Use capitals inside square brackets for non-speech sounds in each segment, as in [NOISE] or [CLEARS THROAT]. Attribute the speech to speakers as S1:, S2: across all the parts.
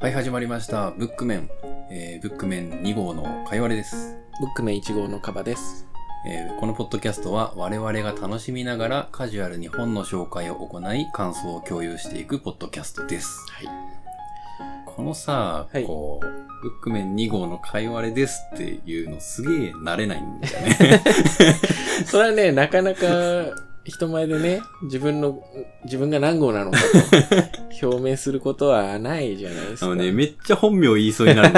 S1: はい、始まりました。ブックメン。えー、ブックメン2号のかいわれです。
S2: ブックメン1号のカバです。
S1: えーこのポッドキャストは我々が楽しみながらカジュアルに本の紹介を行い感想を共有していくポッドキャストです。
S2: はい。
S1: このさ、
S2: はい
S1: こう、ブックメン2号のかいわれですっていうのすげえ慣れないんだよね。
S2: それはね、なかなか人前でね、自分の、自分が何号なのか
S1: [LAUGHS]
S2: と表明することはないじゃないです
S1: あ
S2: か。
S1: のね、めっちゃ本名言いそうになる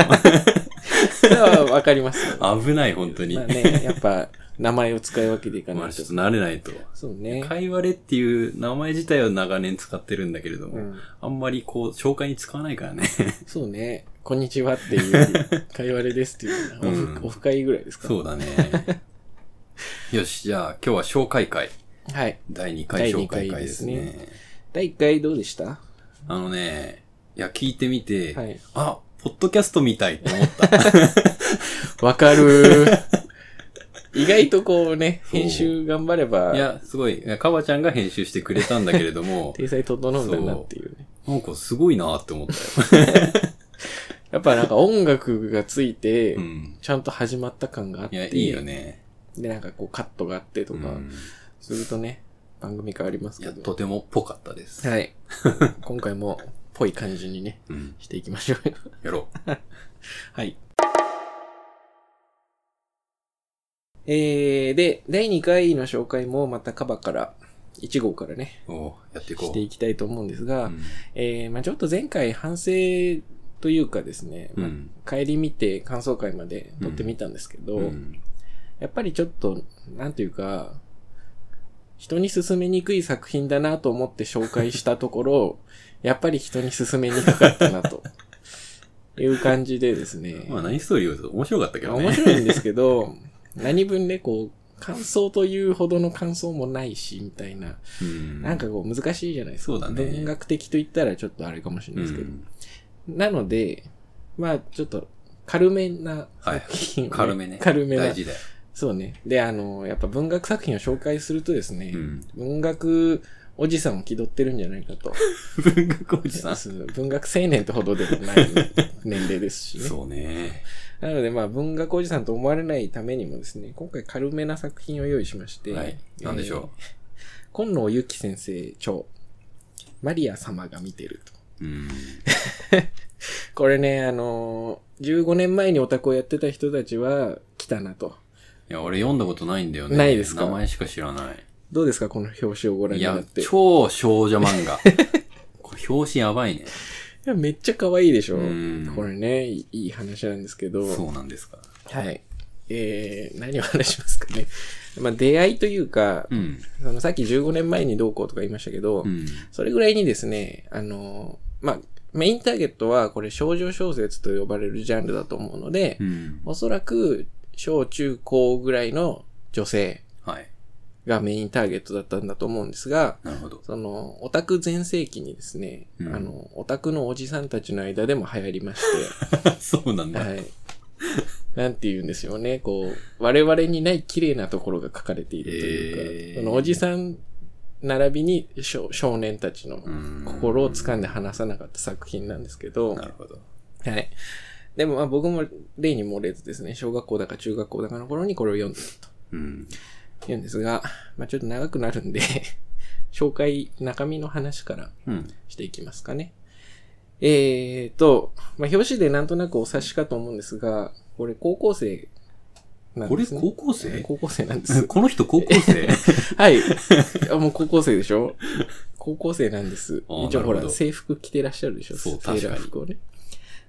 S2: それはわかりますよ。 [LAUGHS]
S1: の。危ない、本当に。
S2: まあね、やっぱ名前を使い分けていか
S1: ま
S2: な
S1: [LAUGHS] あ
S2: い
S1: ち
S2: と
S1: ょっ。と慣れないと。
S2: そうね。
S1: かいわれっていう名前自体は長年使ってるんだけれども、
S2: うん
S1: あんまりこう、紹介に使わないからね。
S2: そうね。こんにちはっていうより、かいわれですっていうのはオフ、
S1: うん
S2: オフ会ぐらいですか
S1: そうだね。
S2: [LAUGHS]
S1: よし、じゃあ今日は紹介会。
S2: はい。
S1: 第2回紹介会ですね。
S2: 第二回第1回どうでした
S1: あのね、いや、聞いてみて、
S2: はい。
S1: あ、ポッドキャストみたいって思った。
S2: わ
S1: [LAUGHS]
S2: かるー。意外とこうね、
S1: そう
S2: 編集頑張れば [LAUGHS]
S1: い、や、すごい、いやかばちゃんが編集してくれたんだけれども、
S2: 体裁整うんだなっていうね。
S1: なんかすごいなって思ったよ。
S2: やっぱなんか音楽がついて
S1: う、ん。
S2: ちゃんと始まった感があっ
S1: い
S2: て、
S1: や、いいよね。
S2: で、なんかこうカットがあってと
S1: う
S2: か、
S1: ん、
S2: するとね、番組変わります
S1: い
S2: け
S1: や、
S2: ど。
S1: とてもっぽかったです。
S2: はい。 [LAUGHS] 今回も、ぽい感じにね、
S1: うん。
S2: していきましょう。
S1: やろ
S2: [LAUGHS] はい。えー、で、第2回の紹介もまたカバから、1号からね、
S1: う。おうやっていこう。
S2: していきたいと思うんです
S1: う
S2: が、
S1: ん
S2: えー、まあちょっと前回反省というかですね、
S1: う
S2: まあ
S1: ん。
S2: 帰り見て感想会まで撮ってみたんですけど、
S1: うん
S2: やっぱりちょっと、なんていうか、人に勧めにくい作品だなと思って紹介したところ、
S1: [LAUGHS]
S2: やっぱり人に勧めにくかったなと。いう感じでですね。
S1: まあ、何ストーリーを面白かったけどね。
S2: 面白いんですけど、何分ね、こう、感想というほどの感想もないし、みたいな。
S1: うん。
S2: なんかこう、難しいじゃないですか。
S1: そうだね
S2: 文学的と言ったらちょっとあれかもし
S1: う
S2: れないですけど。
S1: ん、
S2: なので、まあ、ちょっと、軽めな
S1: はい
S2: 作品を、
S1: 軽めね。
S2: 軽めな
S1: 大。事だよ。
S2: そうね。で、あの、やっぱ文学作品を紹介するとですね、
S1: うん。
S2: 文学おじさんを気取ってるんじゃないかと。
S1: 文学おじさん。
S2: そう文学青年ってほどでもないね年齢ですし
S1: [LAUGHS]
S2: ね。
S1: そうね。
S2: なので、まあ、文学おじさんと思われないためにもですね、今回軽めな作品を用意しまして、
S1: はい。なんでしょ
S2: う。今野由紀先生著、マリア様が見てると。
S1: う。うん。
S2: これね、あのー、15年前にオタクをやってた人たちは来たなと。
S1: いや、俺読んだことないんだよね。
S2: ないですか
S1: 名前しか知らな
S2: どうですかこの表紙をご覧
S1: い。い
S2: にな
S1: や
S2: って。、いや、
S1: 超少女漫
S2: [LAUGHS]
S1: 画。これ表紙やばいね。
S2: めっちゃ可愛いでしょ
S1: うん
S2: これね、いいいい話なんですけど。
S1: そうなんですか。
S2: はい。えー、何を話しますかね。 [LAUGHS] まあ、出会いというか、
S1: うん。
S2: そのさっき15年前にどうこうとか言いましたけど、
S1: うん。
S2: それぐらいにですね、あの、まあ、メインターゲットはこれ少女小説と呼ばれるジャンルだと思うので、
S1: うん。
S2: おそらく小中高ぐらいの女性
S1: はい。
S2: がメインターゲットだったんだと思うんですが、
S1: なるほ
S2: [LAUGHS]
S1: ど。
S2: その、オタク全盛期にですね、
S1: うん
S2: あの、オタクのおじさんたちの間でも流行りまして、
S1: そうなんだ。
S2: はい。なんて言うんですよね。こう、我々にない綺麗なところが書かれているというか、
S1: へー
S2: そのおじさん並びに少少年たちの
S1: うん
S2: 心を掴んで離さなかった作品なんですけど、
S1: なるほど。
S2: はい。でもまあ僕も例に漏れずですね、小学校だか中学校だかの頃にこれを読んでる
S1: うん。
S2: というんですが、まあちょっと長くなるんで、 [LAUGHS] 紹介、中身の話から
S1: うん。
S2: していきますかね。えーと、まあ、表紙でなんとなくお察しかと思うんですが、これ高校生なん
S1: こ
S2: で
S1: れ
S2: す、ね。
S1: 高校生
S2: 高校生なんです。
S1: [LAUGHS] この人高校生
S2: はい。あもう高校生でしょ高校生なんです。
S1: あー
S2: 一応ほ
S1: なるほ
S2: ら、
S1: ど
S2: 制服着てらっしゃるでしょ
S1: そう
S2: セー
S1: 確か
S2: ラー
S1: に
S2: 服をね。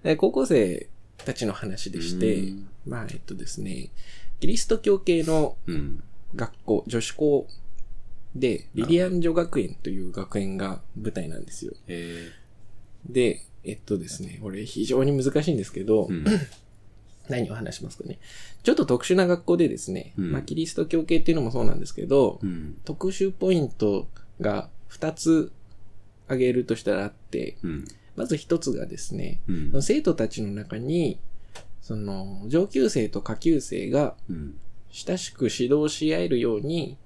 S2: で高校生たちの話でして
S1: う、ん
S2: まあ、えっとですね、キリスト教系の
S1: うん。
S2: 学校、女子校で、リリアン女学園という学園が舞台なんですよ。
S1: え
S2: で、えっとですね、これ非常に難しいんですけど、
S1: ーうん。
S2: 何を話しますかね。ちょっと特殊な学校でですね、
S1: うん
S2: まあ、キリスト教系っていうのもそうなんですけど、
S1: うん。
S2: 特殊ポイントが2つ挙げるとしたらあって、
S1: うん。
S2: まず1つがですね、
S1: うん。
S2: 生徒たちの中に、その、上級生と下級生が
S1: うん。
S2: 親しく指導し合えるように、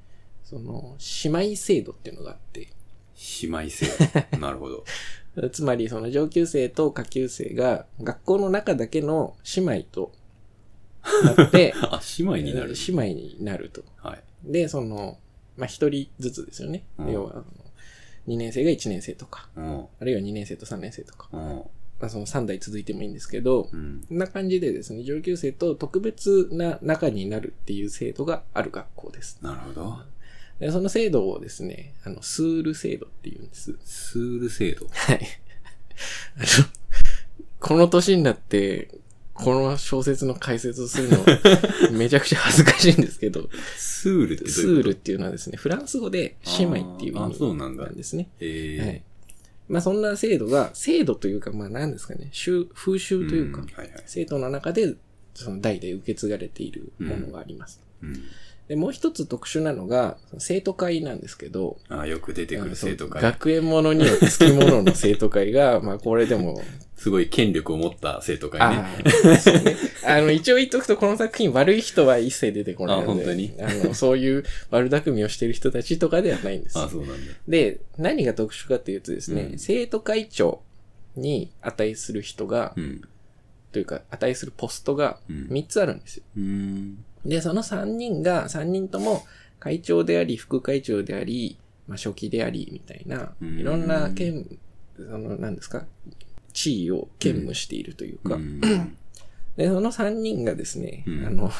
S2: その、姉妹制度っていうのがあって、
S1: 姉妹
S2: [LAUGHS]
S1: 性。なるほど。
S2: つまり、その上級生と下級生が学校の中だけの姉妹となって、
S1: あ、姉妹 [LAUGHS] になる。
S2: 姉妹になると。
S1: はい。
S2: で、その、まあ、一人ずつですよね。
S1: うん
S2: 要は、あの二年生が一年生とか、
S1: うん。
S2: あるいは二年生と三年生とか、
S1: うん。
S2: まあ、その三代続いてもいいんですけど、
S1: うん。
S2: こんな感じでですね、上級生と特別な仲になるっていう制度がある学校です。
S1: なるほど。
S2: でその制度をですね、あの、スール制度っていうんです。
S1: スール制度。
S2: はい。あの、 [LAUGHS] この年になって、この小説の解説をするの、
S1: [LAUGHS]
S2: めちゃくちゃ恥ずかしいんですけど、
S1: スールってどう
S2: ス
S1: いう
S2: ー
S1: こ
S2: ル
S1: と
S2: っていうのはですね、フランス語で姉妹っていう意
S1: あーあそう
S2: 味
S1: なんだ
S2: なんですね。
S1: ええ
S2: はい。まあそんな制度が、制度というか、まあ何ですかね、習風習というか、
S1: んはいはい。
S2: 生徒の中で、その代々受け継がれているものがあります。
S1: うん。
S2: で、もう一つ特殊なのが、その生徒会なんですけど、
S1: あーよく出てく
S2: あの
S1: る
S2: そう
S1: 生徒会。
S2: 学園ものには付きものの生徒会が、まあこれでも、
S1: すごい権力を持った生徒会
S2: あ
S1: ね。
S2: ーそうね [LAUGHS] あの、一応言っとくと、この作品悪い人は一切出てこないので、
S1: あ本当に
S2: あの、そういう悪巧みをしてる人たちとかではないんです
S1: あ。あ、そうなんだ。
S2: で、何が特殊かというとですね、
S1: うん
S2: 生徒会長に値する人が、
S1: うん。
S2: というか、値するポストが
S1: うん。
S2: 3つあるんですよ。
S1: うん。
S2: で、その3人が、3人とも会長であり、副会長であり、まあ、初期であり、みたいな、
S1: うん
S2: いろんな兼、その、何ですか、地位を兼務しているというか、 [CLEARS THROAT]
S1: うん
S2: で、その3人がですね、
S1: うん
S2: あの、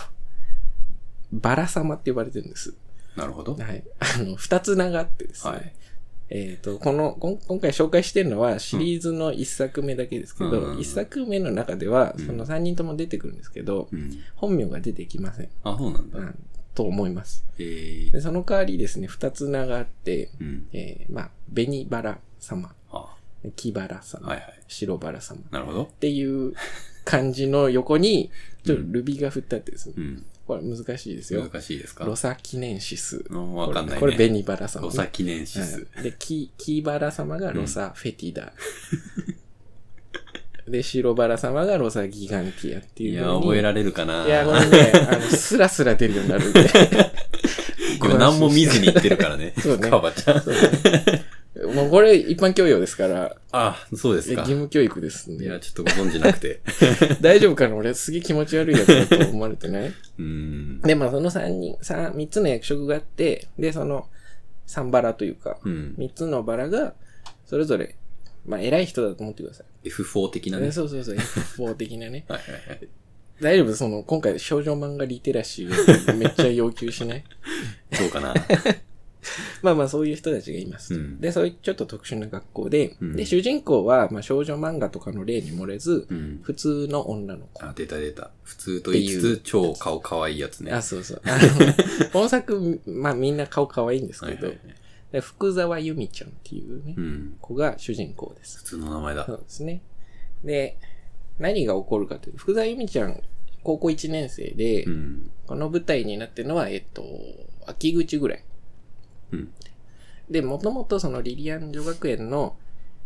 S2: バラ様って呼ばれてるんです。
S1: なるほど。
S2: はい。あの、2つ名があってですね、
S1: はい
S2: えっ、と、この、こん今回紹介してるのはシリーズの1作目だけですけど、
S1: うん
S2: 1作目の中では、
S1: うん
S2: その3人とも出てくるんですけど、
S1: うん。
S2: 本名が出てきません。
S1: あ、そうなんだ。
S2: うんと思います。
S1: ええ
S2: で、その代わりですね、二つ名があって、
S1: うん。
S2: えー、まあ、紅バラ様、
S1: あ、
S2: 木バラ様、
S1: はいはい。
S2: 白バラ様っ
S1: なるほど。
S2: ていう漢字の横に、ちょっ
S1: う
S2: と
S1: ん
S2: ルビが振ってあってですね、
S1: うん。
S2: これ難しいですよ。
S1: 難しいですか
S2: ロサ記念シス。
S1: うんわかんないね。
S2: これ、これ紅バラ様、
S1: 誤差記念指数。
S2: うんで、木、木バラ様がロサフェティダ。で、白バラ様がロサギガンティアっていう
S1: いや、
S2: 風に
S1: 覚えられるかない
S2: や、これね、あの、スラスラ出るようになるんで。
S1: これ何も見ずに言ってるからね。
S2: [LAUGHS] そうね
S1: カバちゃん。
S2: そうねもうこれ一般教養ですから、
S1: あ、そうで
S2: え
S1: す
S2: 義
S1: か。
S2: 務教育ですん
S1: いや、
S2: で。
S1: ちょっとご存知なくて。 [LAUGHS]
S2: 大丈夫かな俺すげえ気持ち悪いやつだと思われてない
S1: うん。
S2: で、まあその三人、三、三つの役職があって、で、その三バラというか、
S1: うん。
S2: 三つのバラが、それぞれ、まあ偉い人だと思ってください。
S1: F4 的なね。
S2: えそうそう
S1: [LAUGHS]
S2: そう、F4 的なね。
S1: はいはいはい。
S2: 大丈夫その、今回少女漫画リテラシーめっちゃ要求しない
S1: そうかな。
S2: まあまあそういう人たちがいます。
S1: うん
S2: で、そういうちょっと特殊な学校で、
S1: うん
S2: で、主人公は、まあ少女漫画とかの例に漏れず、
S1: うん。
S2: 普通の女の子。
S1: あ、出た出た。普通と言いつつ、超顔可愛いやつね。
S2: あ、そうそう。あ
S1: [LAUGHS]
S2: の、本作、まあみんな顔可愛いんです
S1: は
S2: け
S1: いは
S2: ど、
S1: い。
S2: で福沢由美ちゃんっていうね、
S1: うん。
S2: 子が主人公で
S1: 普
S2: す。
S1: 通の名前だ
S2: そ。うですね。で、何が起こるかというと、福沢由美ちゃん、高校1年生で、
S1: うん。
S2: この舞台になってるのは、えっと、秋口ぐらい。
S1: うん。
S2: で、もともとそのリリアン女学園の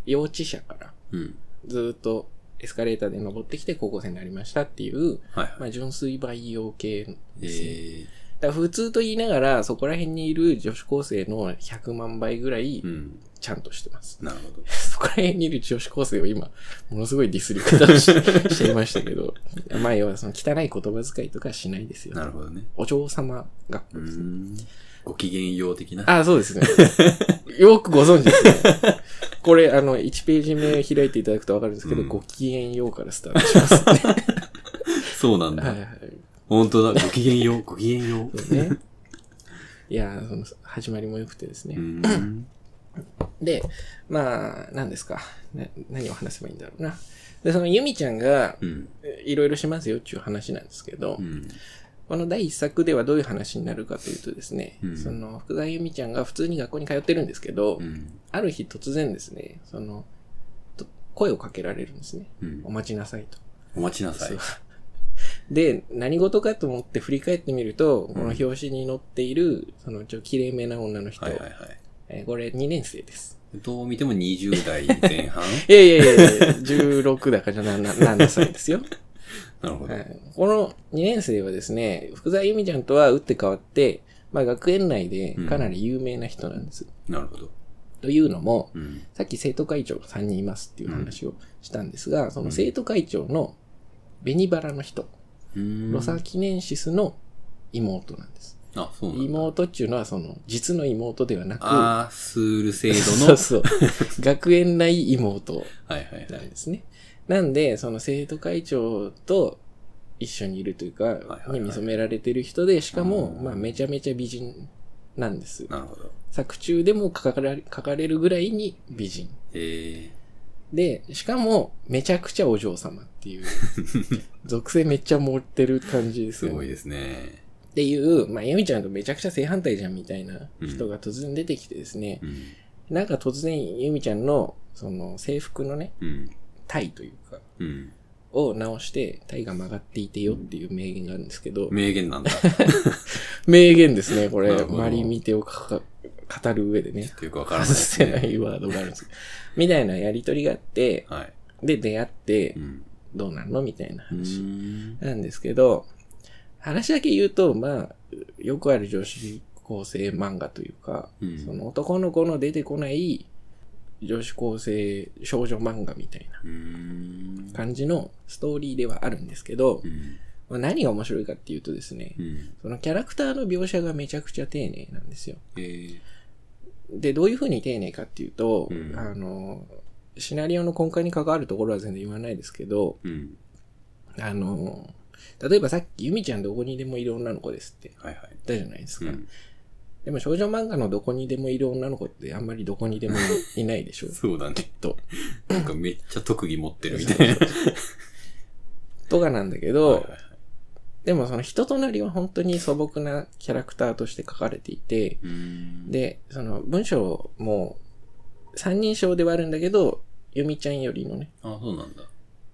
S2: 幼稚舎から、
S1: うん。
S2: ずーっとエスカレーターで登ってきて高校生になりましたってい
S1: は
S2: う、
S1: い
S2: ま
S1: はい。
S2: あ純粋培養系
S1: え
S2: ですね。
S1: ー、
S2: だから普通と言いながら、そこら辺にいる女子高生の100万倍ぐらい
S1: うん。
S2: ちゃんとしてます。
S1: なるほど。
S2: [LAUGHS] そこら辺にいる女子高生を今、ものすごいディスり方
S1: [LAUGHS]
S2: をししていましたけど、まあ要はその汚い言葉遣いとかしないですよ。
S1: なるほどね。
S2: お嬢様学
S1: う
S2: 校ですね。
S1: ん。ご機嫌よう的な。
S2: あ、そうですね。 [LAUGHS] よくご存知ですね。これ、あの、1ページ目開いていただくとわかるんですけど、
S1: うん
S2: ご機嫌ようからスタート
S1: [LAUGHS]
S2: しますね。
S1: そうなん
S2: はいはい
S1: だ。
S2: はい。
S1: 本当だ。ご機嫌よう。ご機嫌よ
S2: [LAUGHS] そうね。いやーその、始まりも良くてですね。
S1: う。うん。
S2: で、まあ、何ですか。な何を話せばいいんだろうな。で、そのユミちゃんが、
S1: うん。
S2: えいろいろしますよっていう話なんですけど、
S1: うん。
S2: この第一作ではどういう話になるかというとですね、
S1: うん
S2: その、福沢ユミちゃんが普通に学校に通ってるんですけど、
S1: うん。
S2: ある日突然ですね、その、と声をかけられるんですね。
S1: うん
S2: お。待ちなさいと。
S1: お待ちなさい
S2: そう。で、何事かと思って振り返ってみると、この表紙に載っている、その、ちょ、綺麗めな女の人、
S1: はいはいはい。
S2: えーこれ2年生です。
S1: どう見ても20代前半
S2: いやいやいやいや、16だからな、な、7歳で
S1: [LAUGHS]
S2: すよ。
S1: [LAUGHS] なるほ
S2: は
S1: ど。
S2: いこの2年生はですね、福沢由美ちゃんとは打って変わって、まあ学園内でかなり有名な人なんです。
S1: なるほど。
S2: というのも、
S1: うん。
S2: さっき生徒会長が3人いますっていう話をしたんですが、その生徒会長の紅バラの人、
S1: うん。
S2: ロサキネンシスの妹なんです。
S1: あ、そうなんだ。
S2: 妹っていうのはその実の妹ではなく、
S1: アースール
S2: [LAUGHS]
S1: 制度
S2: そう
S1: の。
S2: そう、学園内妹
S1: はいはい
S2: な
S1: はい。
S2: んですね。なんで、その生徒会長と一緒にいるというか、
S1: はいはい
S2: に見初められてる人で、しかも、
S1: うん
S2: まあめちゃめちゃ美人なんです。
S1: なるほど。
S2: 作中でも書かれ書かれるぐらいに美人。
S1: え
S2: で、しかも、めちゃくちゃお嬢様っ
S1: [LAUGHS]
S2: ていう、属性めっちゃ持ってる感じで
S1: ー、
S2: す
S1: す
S2: よ
S1: ごい
S2: ね。
S1: ですね。
S2: っていう、まあ、ゆみちゃんとめちゃくちゃ正反対じゃんみたいな人が突然出てきてですね、
S1: うん。
S2: なんか突然ゆみちゃんの、その制服のね、
S1: うん。
S2: タイというか、
S1: うん。
S2: を直して、タイが曲がっていてよっていう名言があるんですけど、
S1: 名言なんだ。
S2: 名言ですね、こ
S1: な
S2: れ。
S1: るほど
S2: マリミテをかか語る上でね。
S1: よくわから
S2: 外
S1: ないです
S2: せな
S1: ね。
S2: いワードがあるんですけど。みたいなやりとりがあって、
S1: はい。
S2: で出会って
S1: う、ん。
S2: どうなんのみたいな
S1: う
S2: 話
S1: ーん
S2: なんですけど、話だけ言うと、まあ、よくある女子高生漫画というか、
S1: うん
S2: その男の子の出てこない女子高生少女漫画みたいな
S1: うーん。
S2: 感じのストーリーではあるんですけど
S1: う、ん。
S2: まあ何が面白いかっていうとですね、
S1: うん。
S2: そのキャラクターの描写がめちゃくちゃ丁寧なんですよ。
S1: えー、
S2: で、どういう風に丁寧かっていうと、
S1: うん
S2: あの、シナリオの根幹に関わるところは全然言わないですけど、
S1: うん。
S2: あの、例えばさっき、ゆみちゃんどこにでもいる女の子ですって
S1: はいはい。
S2: 言ったじゃないです
S1: う
S2: か。
S1: ん。
S2: でも少女漫画のどこにでもいる女の子ってあんまりどこにでもいいないでしょう。
S1: そうだね。
S2: と。
S1: なんかめっちゃ特技持ってるみたいな。
S2: とかなんだけ
S1: はいは
S2: ど
S1: い、はい
S2: でもその人となりは本当に素朴なキャラクターとして書かれていて、
S1: うーん、
S2: で、その文章も三人称ではあるんだけど、ゆみちゃんよりのね、
S1: あ、そうなんだ。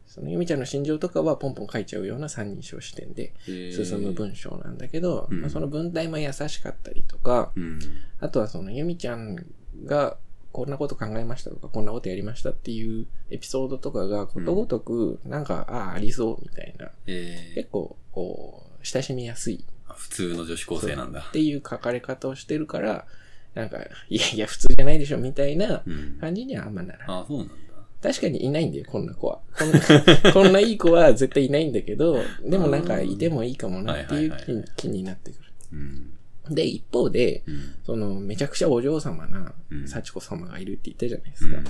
S2: そのゆみちゃんの心情とかはポンポン書いちゃうような三人称視点で
S1: えー
S2: 進む文章なんだけど、
S1: うん
S2: まあその文体も優しかったりとか、
S1: うん。
S2: あとはそのゆみちゃんがこんなこと考えましたとか、こんなことやりましたっていうエピソードとかがことごとく、なんか、ああ、ありそうみたいな、
S1: え
S2: 結構、こう、親しみやすい
S1: ー、普通の女子高生なんだ
S2: っ。ていう書かれ方をしてるから、なんか、いやいや、普通じゃないでしょみたいな
S1: うん。
S2: 感じにはあんまならない。
S1: あ、そうなんだ。
S2: 確かにいないんだよ、こんな子は。こん
S1: [LAUGHS]
S2: なこんないい子は絶対いないんだけど、でもなんかいてもいいかもなっていう
S1: はいはいはいはい
S2: 気気になってく
S1: うん。
S2: る。で、一方で、
S1: うん。
S2: その、めちゃくちゃお嬢様な
S1: うん、
S2: 幸子様がいるって言ったじゃないですか。
S1: うん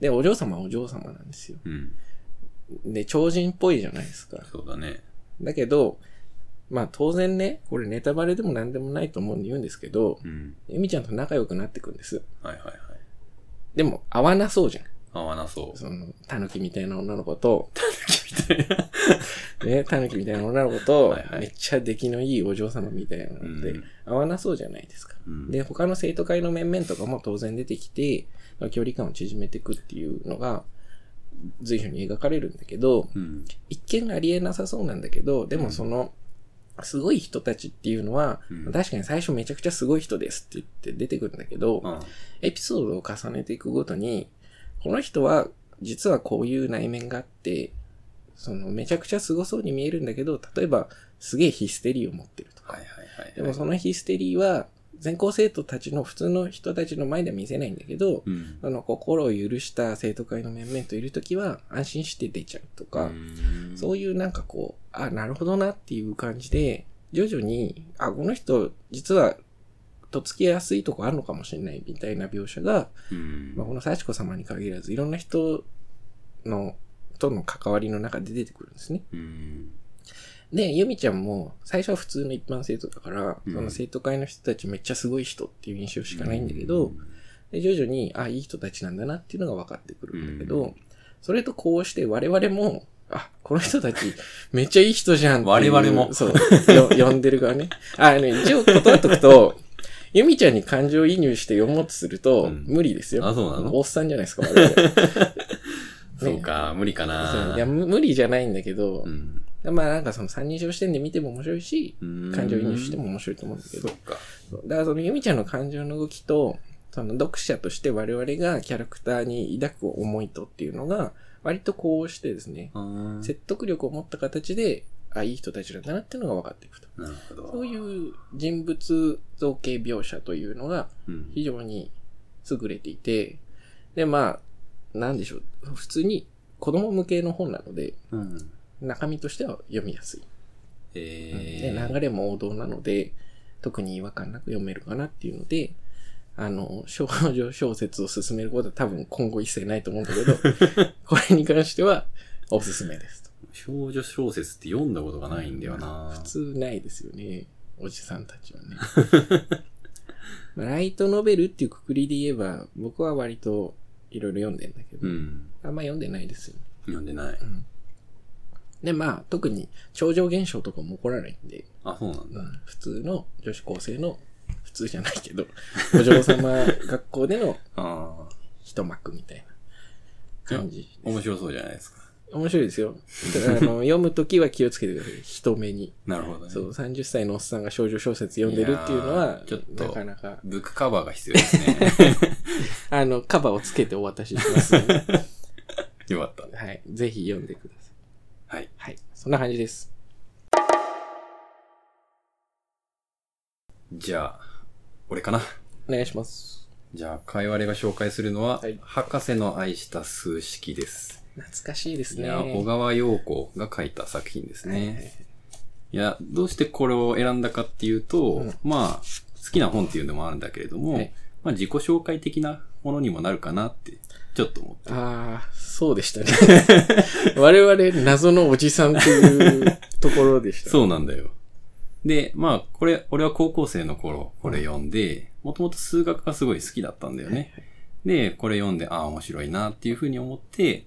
S2: で、お嬢様はお嬢様なんですよ。
S1: うん。
S2: で、超人っぽいじゃないですか。
S1: そうだね。
S2: だけど、まあ当然ね、これネタバレでも何でもないと思うんで言うんですけど、
S1: うん。
S2: ゆみちゃんと仲良くなってくんです。
S1: はいはいはい。
S2: でも、合わなそうじゃん。
S1: 合わなそう。
S2: その、タヌキみたいな女の子と、
S1: みたいな。
S2: [LAUGHS] ね、タヌキみたいな女の子と
S1: はいは、い
S2: めっちゃ出来のいいお嬢様みたいな
S1: う
S2: ので
S1: ん、。
S2: 合わなそうじゃないですか。
S1: うん、
S2: で、他の生徒会の面々とかも当然出てきて、距離感を縮めていくっていうのが、随所に描かれるんだけど、
S1: うん。
S2: 一見ありえなさそうなんだけど、でもその、すごい人たちっていうのは、
S1: うん
S2: 確かに最初めちゃくちゃすごい人ですって言って出てくるんだけど、
S1: あ
S2: エピソードを重ねていくごとに、この人は実はこういう内面があって、そのめちゃくちゃ凄そうに見えるんだけど、例えばすげえヒステリーを持ってるとか、
S1: はいはいはい。
S2: でもそのヒステリーは全校生徒たちの普通の人たちの前では見せないんだけど、
S1: うん。
S2: その心を許した生徒会の面々といるときは安心して出ちゃうとか、
S1: うん
S2: そういうなんかこう、あ、なるほどなっていう感じで、徐々に、あ、この人、実は、とっつきやすいとこあるのかもしれないみたいな描写が、
S1: うん。
S2: まあ、この幸子様に限らず、いろんな人の、との関わりの中で出てくるんですね。
S1: うん。
S2: で、ゆみちゃんも、最初は普通の一般生徒だから、
S1: うん
S2: その生徒会の人たちめっちゃすごい人っていう印象しかないんだけど、で徐々に、あ、いい人たちなんだなっていうのが分かってくるんだけど、
S1: う
S2: それとこうして我々も、あ、この人たち、めっちゃいい人じゃんっていう
S1: 我々も
S2: そう、よ呼んでる側ね。あの、一応断っとくと、ゆみちゃんに感情移入して読もうとすると、
S1: うん
S2: 無理ですよ。
S1: あそうなの
S2: おっさんじゃないですか、我
S1: [LAUGHS]
S2: 々。
S1: そうか、無理か
S2: そう
S1: ない
S2: や、。む無理じゃないんだけど
S1: う、ん。
S2: まあなんかその三人称視点で見ても面白いし、
S1: うん
S2: 感情移入しても面白いと思うんだけど
S1: そ。っか。
S2: だからそのユミちゃんの感情の動きと、その読者として我々がキャラクターに抱く思いとっていうのが、割とこうしてですね、
S1: うん
S2: 説得力を持った形で、あ、いい人たちなんだなっていうのが分かっていくと。
S1: なるほど。
S2: そういう人物造形描写というのが
S1: うん、
S2: 非常に優れていて、で、まあ、なんでしょう。普通に子供向けの本なので、
S1: うん。
S2: 中身としては読みやすい。
S1: え
S2: で
S1: ー。
S2: 流れも王道なので、特に違和感なく読めるかなっていうので、あの、少女小説を進めることは多分今後一切ないと思うんだけど、
S1: [LAUGHS]
S2: これに関してはおすすめですと。
S1: 少女小説って読んだことがないんだよな。
S2: 普通ないですよね。おじさんたちはね。
S1: [LAUGHS]
S2: まあライトノベルっていうくくりで言えば、僕は割といろいろ読んでんだけど、
S1: うん。
S2: あんま読んでないですよね。
S1: 読んでない。
S2: で、まあ、特に超常現象とかも起こらないんで、
S1: あ、そうなんだ。
S2: 普通の女子高生の、普通じゃないけど、 [LAUGHS] お嬢様学校での
S1: ああ。
S2: 一幕みたいな感じ。
S1: 面白そうじゃないですか。
S2: 面白いですよ。だ [LAUGHS] からあの読むときは気をつけてください。人目に。
S1: なるほどね。
S2: そう、30歳のおっさんが少女小説読んでるっていうの
S1: いや
S2: は
S1: ー、ちょっと
S2: なかなか、
S1: ブックカバーが必要です
S2: [LAUGHS]
S1: ね。
S2: あの、カバーをつけてお渡ししますの [LAUGHS] で、
S1: よかった。
S2: はい。ぜひ読んでください。
S1: はい。
S2: はい。そんな感じです。
S1: じゃあ、俺かな。
S2: お願いします。
S1: じゃあ、かいわれが紹介するのは、
S2: はい
S1: 博士の愛した数式です。
S2: 懐かしいです
S1: い
S2: ね。
S1: や、小川陽子が書いた作品です
S2: はいはい
S1: ね。いや、どうしてこれを選んだかっていうと、
S2: うん
S1: まあ、好きな本っていうのもあるんだけれども、
S2: はい
S1: まあ自己紹介的なものにもなるかなって、ちょっと思って。
S2: ああ、そうでしたね。 [LAUGHS] 我々、謎のおじさんというところでした。
S1: そうなんだよ。で、まあ、これ、俺は高校生の頃、これ読んで、もともと数学がすごい好きだったんだよね。で、これ読んで、ああ、面白いなっていうふうに思って、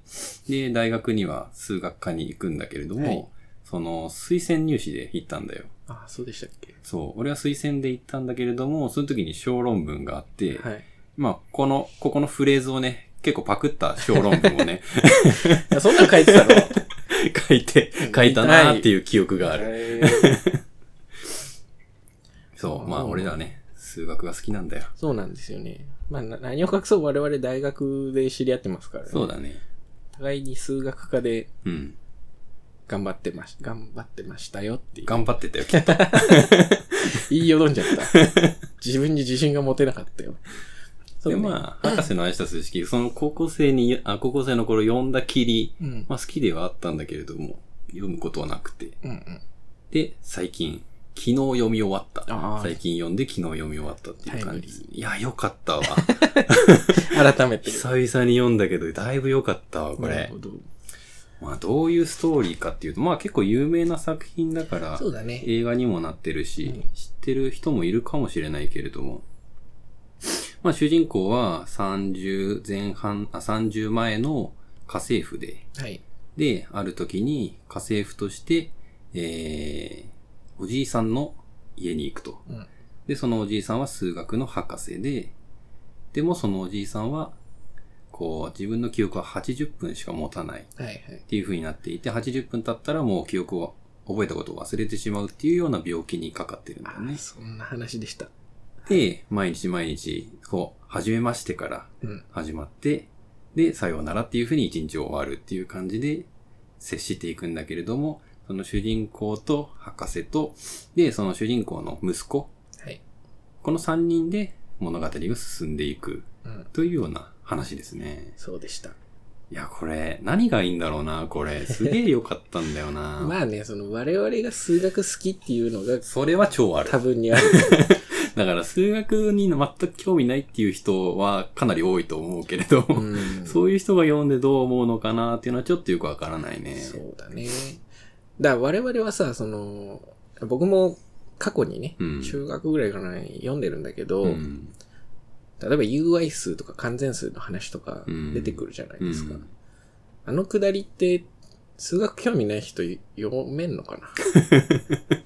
S1: で、大学には数学科に行くんだけれども、
S2: はい
S1: その、推薦入試で行ったんだよ。
S2: ああ、そうでしたっけ。
S1: そう、俺は推薦で行ったんだけれども、その時に小論文があって、
S2: はい
S1: まあ、この、ここのフレーズをね、結構パクった小論文をね、 [LAUGHS]
S2: いや。そんなん書いてたの
S1: 書いて、書いたなーっていう記憶がある。
S2: えー
S1: そう、まあ
S2: うん
S1: 俺らね、数学が好きなんだよ。
S2: [LAUGHS] そうなんですよね。まあ、な何を隠そう我々大学で知り合ってますからね。
S1: そうだね。
S2: 互いに数学科で
S1: うん。
S2: 頑張ってまし、頑張ってましたよっていう。
S1: 頑張ってたよ、
S2: [LAUGHS]
S1: きっと。
S2: 言いよどんじゃった。
S1: [LAUGHS]
S2: 自分に自信が持てなかったよ。
S1: で、まあ、博士の愛した数式、その高校生に、あ、高校生の頃読んだきり、
S2: あ、うん。
S1: まあ好きではあったんだけれども、読むことはなくて。
S2: うんうん。
S1: で、最近、昨日読み終わった。
S2: ああ
S1: 最、近読んで昨日読み終わったっていう
S2: タイム
S1: 感
S2: リ
S1: じ。いや、よかった
S2: [LAUGHS]
S1: わ。
S2: 改めて。
S1: 久々に読んだけど、だいぶ良かったわ、こ
S2: なる
S1: れ
S2: ほ。ど。
S1: まあ、どういうストーリーかっていうと、まあ結構有名な作品だから、
S2: そうだね。
S1: 映画にもなってるし、
S2: うん
S1: 知ってる人もいるかもしれないけれども、まあ主人公は30前半、あ、30前の家政婦で、
S2: はい。
S1: で、ある時に家政婦として、えー、おじいさんの家に行くと。
S2: うん
S1: で、そのおじいさんは数学の博士で、でもそのおじいさんは、こう、自分の記憶は80分しか持たない。
S2: はいはい。
S1: っていう風になっていて、80分経ったらもう記憶を覚えたことを忘れてしまうっていうような病気にかかってるんだよね。
S2: そんな話でした。
S1: で、毎日毎日、こう、初めましてから
S2: うん。
S1: 始まって、で、さようならっていう風に一日終わるっていう感じで接していくんだけれども、その主人公と博士と、で、その主人公の息子、
S2: はい。
S1: この3人で物語が進んでいく
S2: うん。
S1: というような話ですね。
S2: そうでした。
S1: いや、これ、何がいいんだろうな、これ。すげえ良かったんだよな。
S2: [LAUGHS] まあね、その我々が数学好きっていうのが
S1: それは超ある
S2: 多。分にある。
S1: だから数学に全く興味ないっていう人はかなり多いと思うけれど、
S2: [LAUGHS] ん
S1: そういう人が読んでどう思うのかなっていうのはちょっとよくわからないね。
S2: そうだね。だから我々はさ、その、僕も過去にね、
S1: うん
S2: 中学ぐらいから読んでるんだけど、
S1: うん。
S2: 例えば UI 数とか完全数の話とか
S1: うん
S2: 出てくるじゃない
S1: うん。
S2: ですか。あのくだりって、数学興味ない人読めんの
S1: [LAUGHS]
S2: かな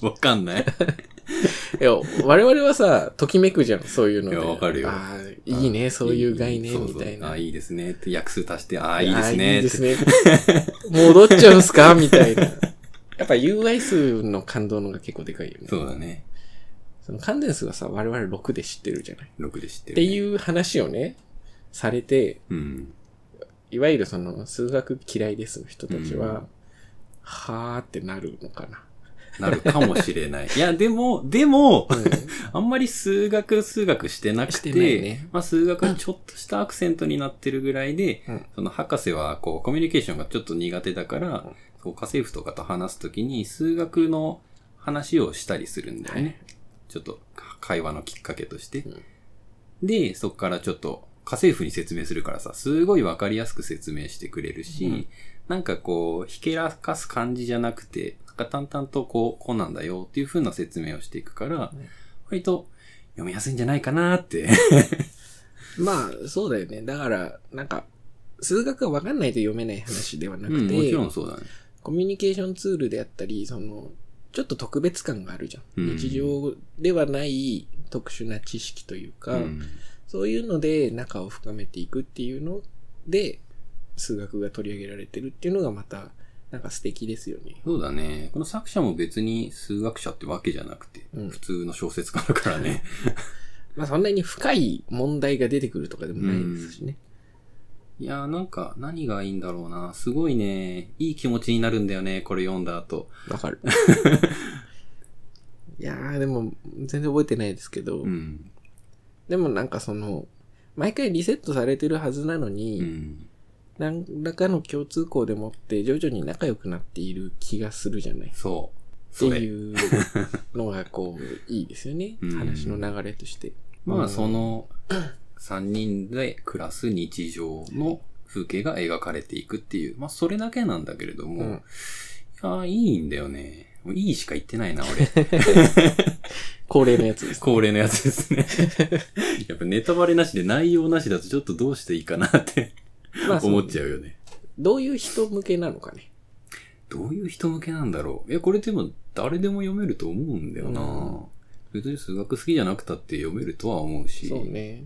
S1: わかん [LAUGHS] ない。
S2: いや、我々はさ、ときめくじゃん、そういうので。
S1: いやわかるよ
S2: ああ、いいね、そういう概念みたい
S1: そうそうあ、
S2: な。
S1: いいですねって。約数足して、あ、いいですね
S2: あ
S1: っ
S2: いい
S1: て。
S2: ですね。戻っちゃうんす [LAUGHS] かみたいな。やっぱ UI 数の感動のが結構でかいよね。
S1: そうだね。
S2: その関連数はさ、我々6で知ってるじゃない。
S1: 6で知ってる、
S2: って
S1: ね。。
S2: いうう話をね、されて、
S1: うん。
S2: いわゆるその数学嫌いですの人たちは、
S1: うん
S2: はーってなるのかな。
S1: なるかもしれない。いや、でも、でも、
S2: うん
S1: あんまり数学、数学してなくて、
S2: してないね
S1: まあ数学はちょっとしたアクセントになってるぐらいで、
S2: うん
S1: その博士はこうコミュニケーションがちょっと苦手だから、
S2: ん
S1: こう家政婦とかと話すときに数学の話をしたりするんだよね。
S2: はい
S1: ちょっとか会話のきっかけとして。
S2: うん
S1: で、そこからちょっと家政婦に説明するからさ、すごいわかりやすく説明してくれるし、
S2: うん
S1: なんかこう、ひけらかす感じじゃなくて、なんか淡々とこう、こうなんだよっていう風な説明をしていくから、
S2: ね
S1: 割と読みやすいんじゃないかなって。
S2: まあ、そうだよね。だから、なんか、数学がわかんないと読めない話ではな
S1: う
S2: く
S1: ん、
S2: て、
S1: [LAUGHS] もちろんそうだね。
S2: コミュニケーションツールであったり、その、ちょっと特別感があるじゃん。
S1: うん
S2: 日常ではない特殊な知識というか、
S1: うん
S2: そういうので仲を深めていくっていうので、数学が取り上げられてるっていうのがまた、なんか素敵ですよね。
S1: そうだね。この作者も別に数学者ってわけじゃなくて、
S2: うん
S1: 普通の小説家だから
S2: [LAUGHS]
S1: ね。
S2: まあそんなに深い問題が出てくるとかでもないですしね。
S1: いやーなんか何がいいんだろうな。すごいね、いい気持ちになるんだよね、これ読んだ後。
S2: わ、かる。いやーでも全然覚えてないですけど、
S1: うん。
S2: でもなんかその、毎回リセットされてるはずなのに、
S1: うん。
S2: 何らかの共通項でもって徐々に仲良くなっている気がするじゃないっ
S1: そう。
S2: て
S1: それ。
S2: いうのがこう、いいですよね
S1: [LAUGHS] うん。
S2: 話の流れとして。
S1: ま
S2: う
S1: あ
S2: ん
S1: その3人で暮らす日常の風景が描かれていくっていう、まあそれだけなんだけれども、
S2: うん
S1: いやーいいんだよね。もういいしか言ってないな、俺。 [LAUGHS]
S2: 恒例のやつです。
S1: 恒例のやつです
S2: [LAUGHS]
S1: ね。やっぱネタバレなしで内容なしだとちょっとどうしていいかなって
S2: まあ、
S1: 思っちゃ
S2: う。
S1: うよね。
S2: どういう人向けなのかね。
S1: どういう人向けなんだろう。いや、これでも誰でも読めると思うんだよな。
S2: うん
S1: 別に数学好きじゃなくたって読めるとは思うし。
S2: そうね。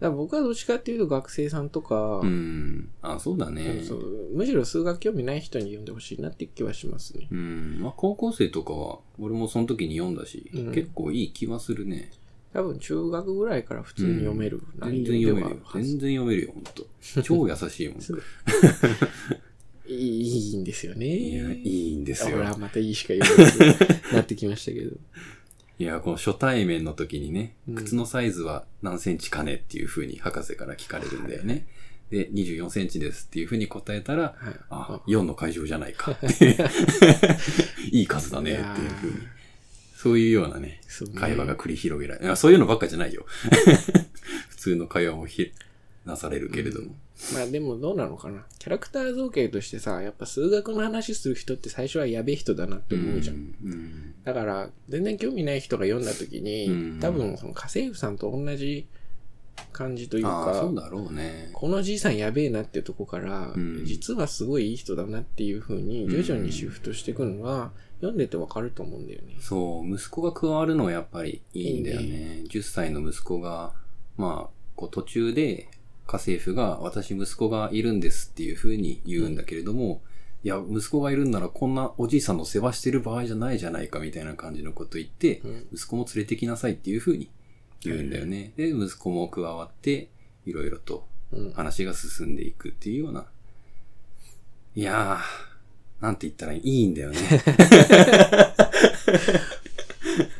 S2: だから僕はどっちかっていうと学生さんとか、
S1: うん。あ、そうだね。
S2: そうむしろ数学興味ない人に読んでほしいなって気はしますね。
S1: うん。まあ、高校生とかは、俺もその時に読んだし、
S2: うん
S1: 結構いい気はするね。
S2: 多分中学ぐらいから普通に読める
S1: 全
S2: 内
S1: 然読
S2: 容で
S1: め
S2: はあ
S1: る
S2: る
S1: よ。
S2: は
S1: 全
S2: ず。
S1: 然読めるよ、ほん
S2: [LAUGHS]
S1: と。超優しいもん。
S2: そういいいいんですよね。
S1: いや、いいんです
S2: ほら、
S1: よ。
S2: またいいしか言えなくなってきまし
S1: [LAUGHS]
S2: たけど。
S1: いや、この初対面の時にね
S2: う、ん
S1: 靴のサイズは何センチかねっていう風に博士から聞かれるんだよね。で、24センチですっていう風に答えたら、
S2: はい。
S1: あ
S2: あ、
S1: 4の会場じゃないか
S2: [LAUGHS]
S1: って。 [LAUGHS] いい数だねっていう風に。そういうようなね、
S2: そうね
S1: 会話が繰り広げられ、あそういうのばっかじゃないよ。 [LAUGHS] 普通の会話もひなされるけれども。
S2: まあでもどうなのかな。キャラクター造形としてさ、やっぱ数学の話する人って最初はやべえ人だなって思うじゃん。
S1: うん
S2: だから、全然興味ない人が読んだ時に、
S1: うん
S2: 多分その家政婦さんと同じ感じという
S1: ああ、
S2: か
S1: そう、だろうね。
S2: このじいさんやべえなってとこから、
S1: うん
S2: 実はすごいいい人だなっていう風に徐々にシフトしていくのが、読んでてわかると思うんだよね。
S1: そう、息子が加わるのはやっぱりいいんだよね。
S2: いい
S1: 10歳の息子が、まあ、こう途中で家政婦が、私息子がいるんですっていう風に言うんだけれども、いや、息子がいるんならこんなおじいさんの世話してる場合じゃないじゃないかみたいな感じのこと言って、
S2: うん
S1: 息子も連れてきなさいっていう風に言うんだよね。で、息子も加わって、いろいろと
S2: うん
S1: 話が進んでいくっていうような。いやー、なんて言ったらいいんだよね。
S2: [LAUGHS] 終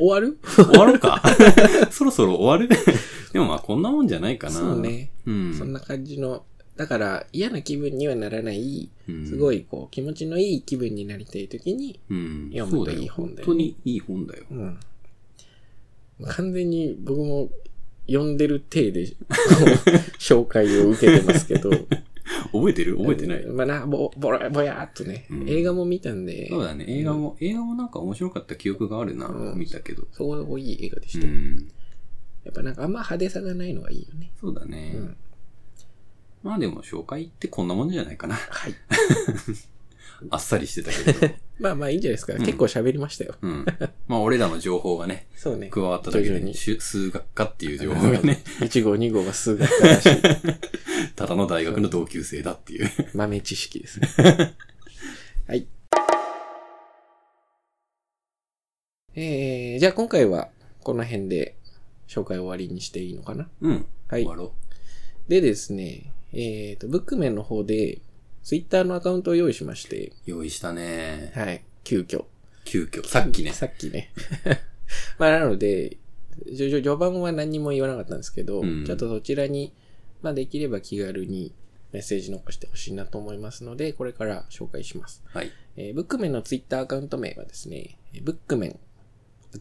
S2: わる
S1: 終わろうか [LAUGHS] そろそろ終わる [LAUGHS] でもまあこんなもんじゃないかな。
S2: そう。ね。
S1: うん。
S2: そんな感じの、だから嫌な気分にはならない、
S1: うん、
S2: すご
S1: い。
S2: いこう気持ちのいい気分になりたいときに、
S1: うん。
S2: 読むと
S1: そうだよ
S2: いい本だよね
S1: 本当にいい本だよ。
S2: うん。完全に僕も読んでる
S1: [LAUGHS]
S2: 体で、こう紹介を受けてますけど。
S1: 覚えてる覚えてない。
S2: まあな、ぼ、ぼら、ぼやーっとね、
S1: うん
S2: 映画も見たんで、
S1: そうだね。映画も、映画もなんか面白かった記憶があるな。
S2: うん
S1: 見たけど。
S2: そこそこいい映画で
S1: う
S2: したよ。
S1: ん。
S2: やっぱなんかあんま派手さがないのがいいよね。
S1: そうだね。
S2: うん。
S1: まあでも紹介ってこんなもんじゃないかな。
S2: はい。
S1: あっさりしてたけ
S2: [LAUGHS]
S1: れど。
S2: まあまあいいんじゃないですか。結構喋りましたよ。
S1: うん。まあ俺らの情報がね、
S2: そう
S1: [LAUGHS]
S2: ね。
S1: 加わっただけ
S2: 徐々
S1: で、
S2: に
S1: しゅ数学科っていう情報が
S2: [LAUGHS]
S1: ね、
S2: 1号、2号が数学科らしい。
S1: ただの大学の同級生だっていう。
S2: 豆知識ですね。
S1: [LAUGHS]
S2: はい。えー、じゃあ今回はこの辺で紹介終わりにしていいのかな
S1: うん。
S2: はい
S1: 終わ。ろ
S2: でですね、えーと、ブックメンの方で、ツイッターのアカウントを用意しまして、
S1: う。用意したね。
S2: はい。急遽。
S1: 急遽。さっきね。
S2: さっきね。 [LAUGHS] まあ、なので、徐々序盤は何も言わなかったんですけど、
S1: うん
S2: ちょっとそちらに、まあ、できれば気軽にメッセージ残してほしいなと思いますので、これから紹介します。
S1: はい。
S2: えーブックメンのツイッターアカウント名はですね、えーブックメン、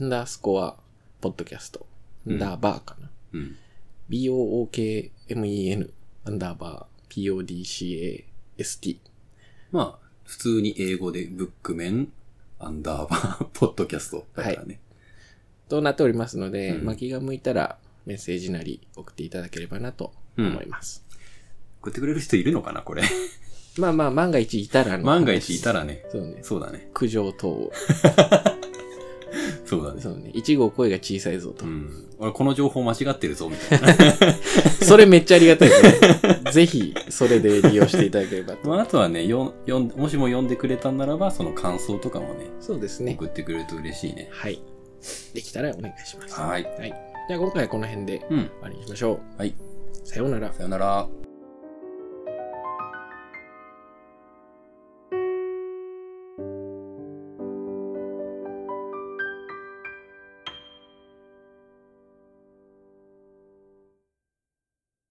S2: アンダースコア、ポッドキャスト、ア
S1: うん
S2: ンダーバーかな。
S1: うん。
S2: BOOKMEN、アンダーバー、PODCAST。
S1: まあ、普通に英語でブックメン、アンダーバー、 [LAUGHS] ポッドキャストだからね。
S2: となっておりますので、
S1: うん
S2: 巻きが向いたらメッセージなり送っていただければなと思います。
S1: 送ってくれる人いるのかな、これ。
S2: まあまあ、万が一いたらの
S1: 万が一いた
S2: ら。
S1: らね。
S2: そうね。
S1: そうだね。
S2: 苦情等を。
S1: そうだね。
S2: そうね。一号声が小さいぞと
S1: う。ん。俺、この情報間違ってるぞ、みたいな。 [LAUGHS]
S2: それめっちゃありがたいですね。ぜひ、それで利用していただければ
S1: ま
S2: と。
S1: あ、あとはね、よん、よん、もしも読んでくれたんならば、その感想とかもね、
S2: そうですね。
S1: 送ってくれると嬉しいね。
S2: はい。できたらお願いします。
S1: はい。
S2: はい。じゃあ今回はこの辺で終
S1: うん。
S2: わりにしましょう。
S1: はい。
S2: さようなら。
S1: さよなら。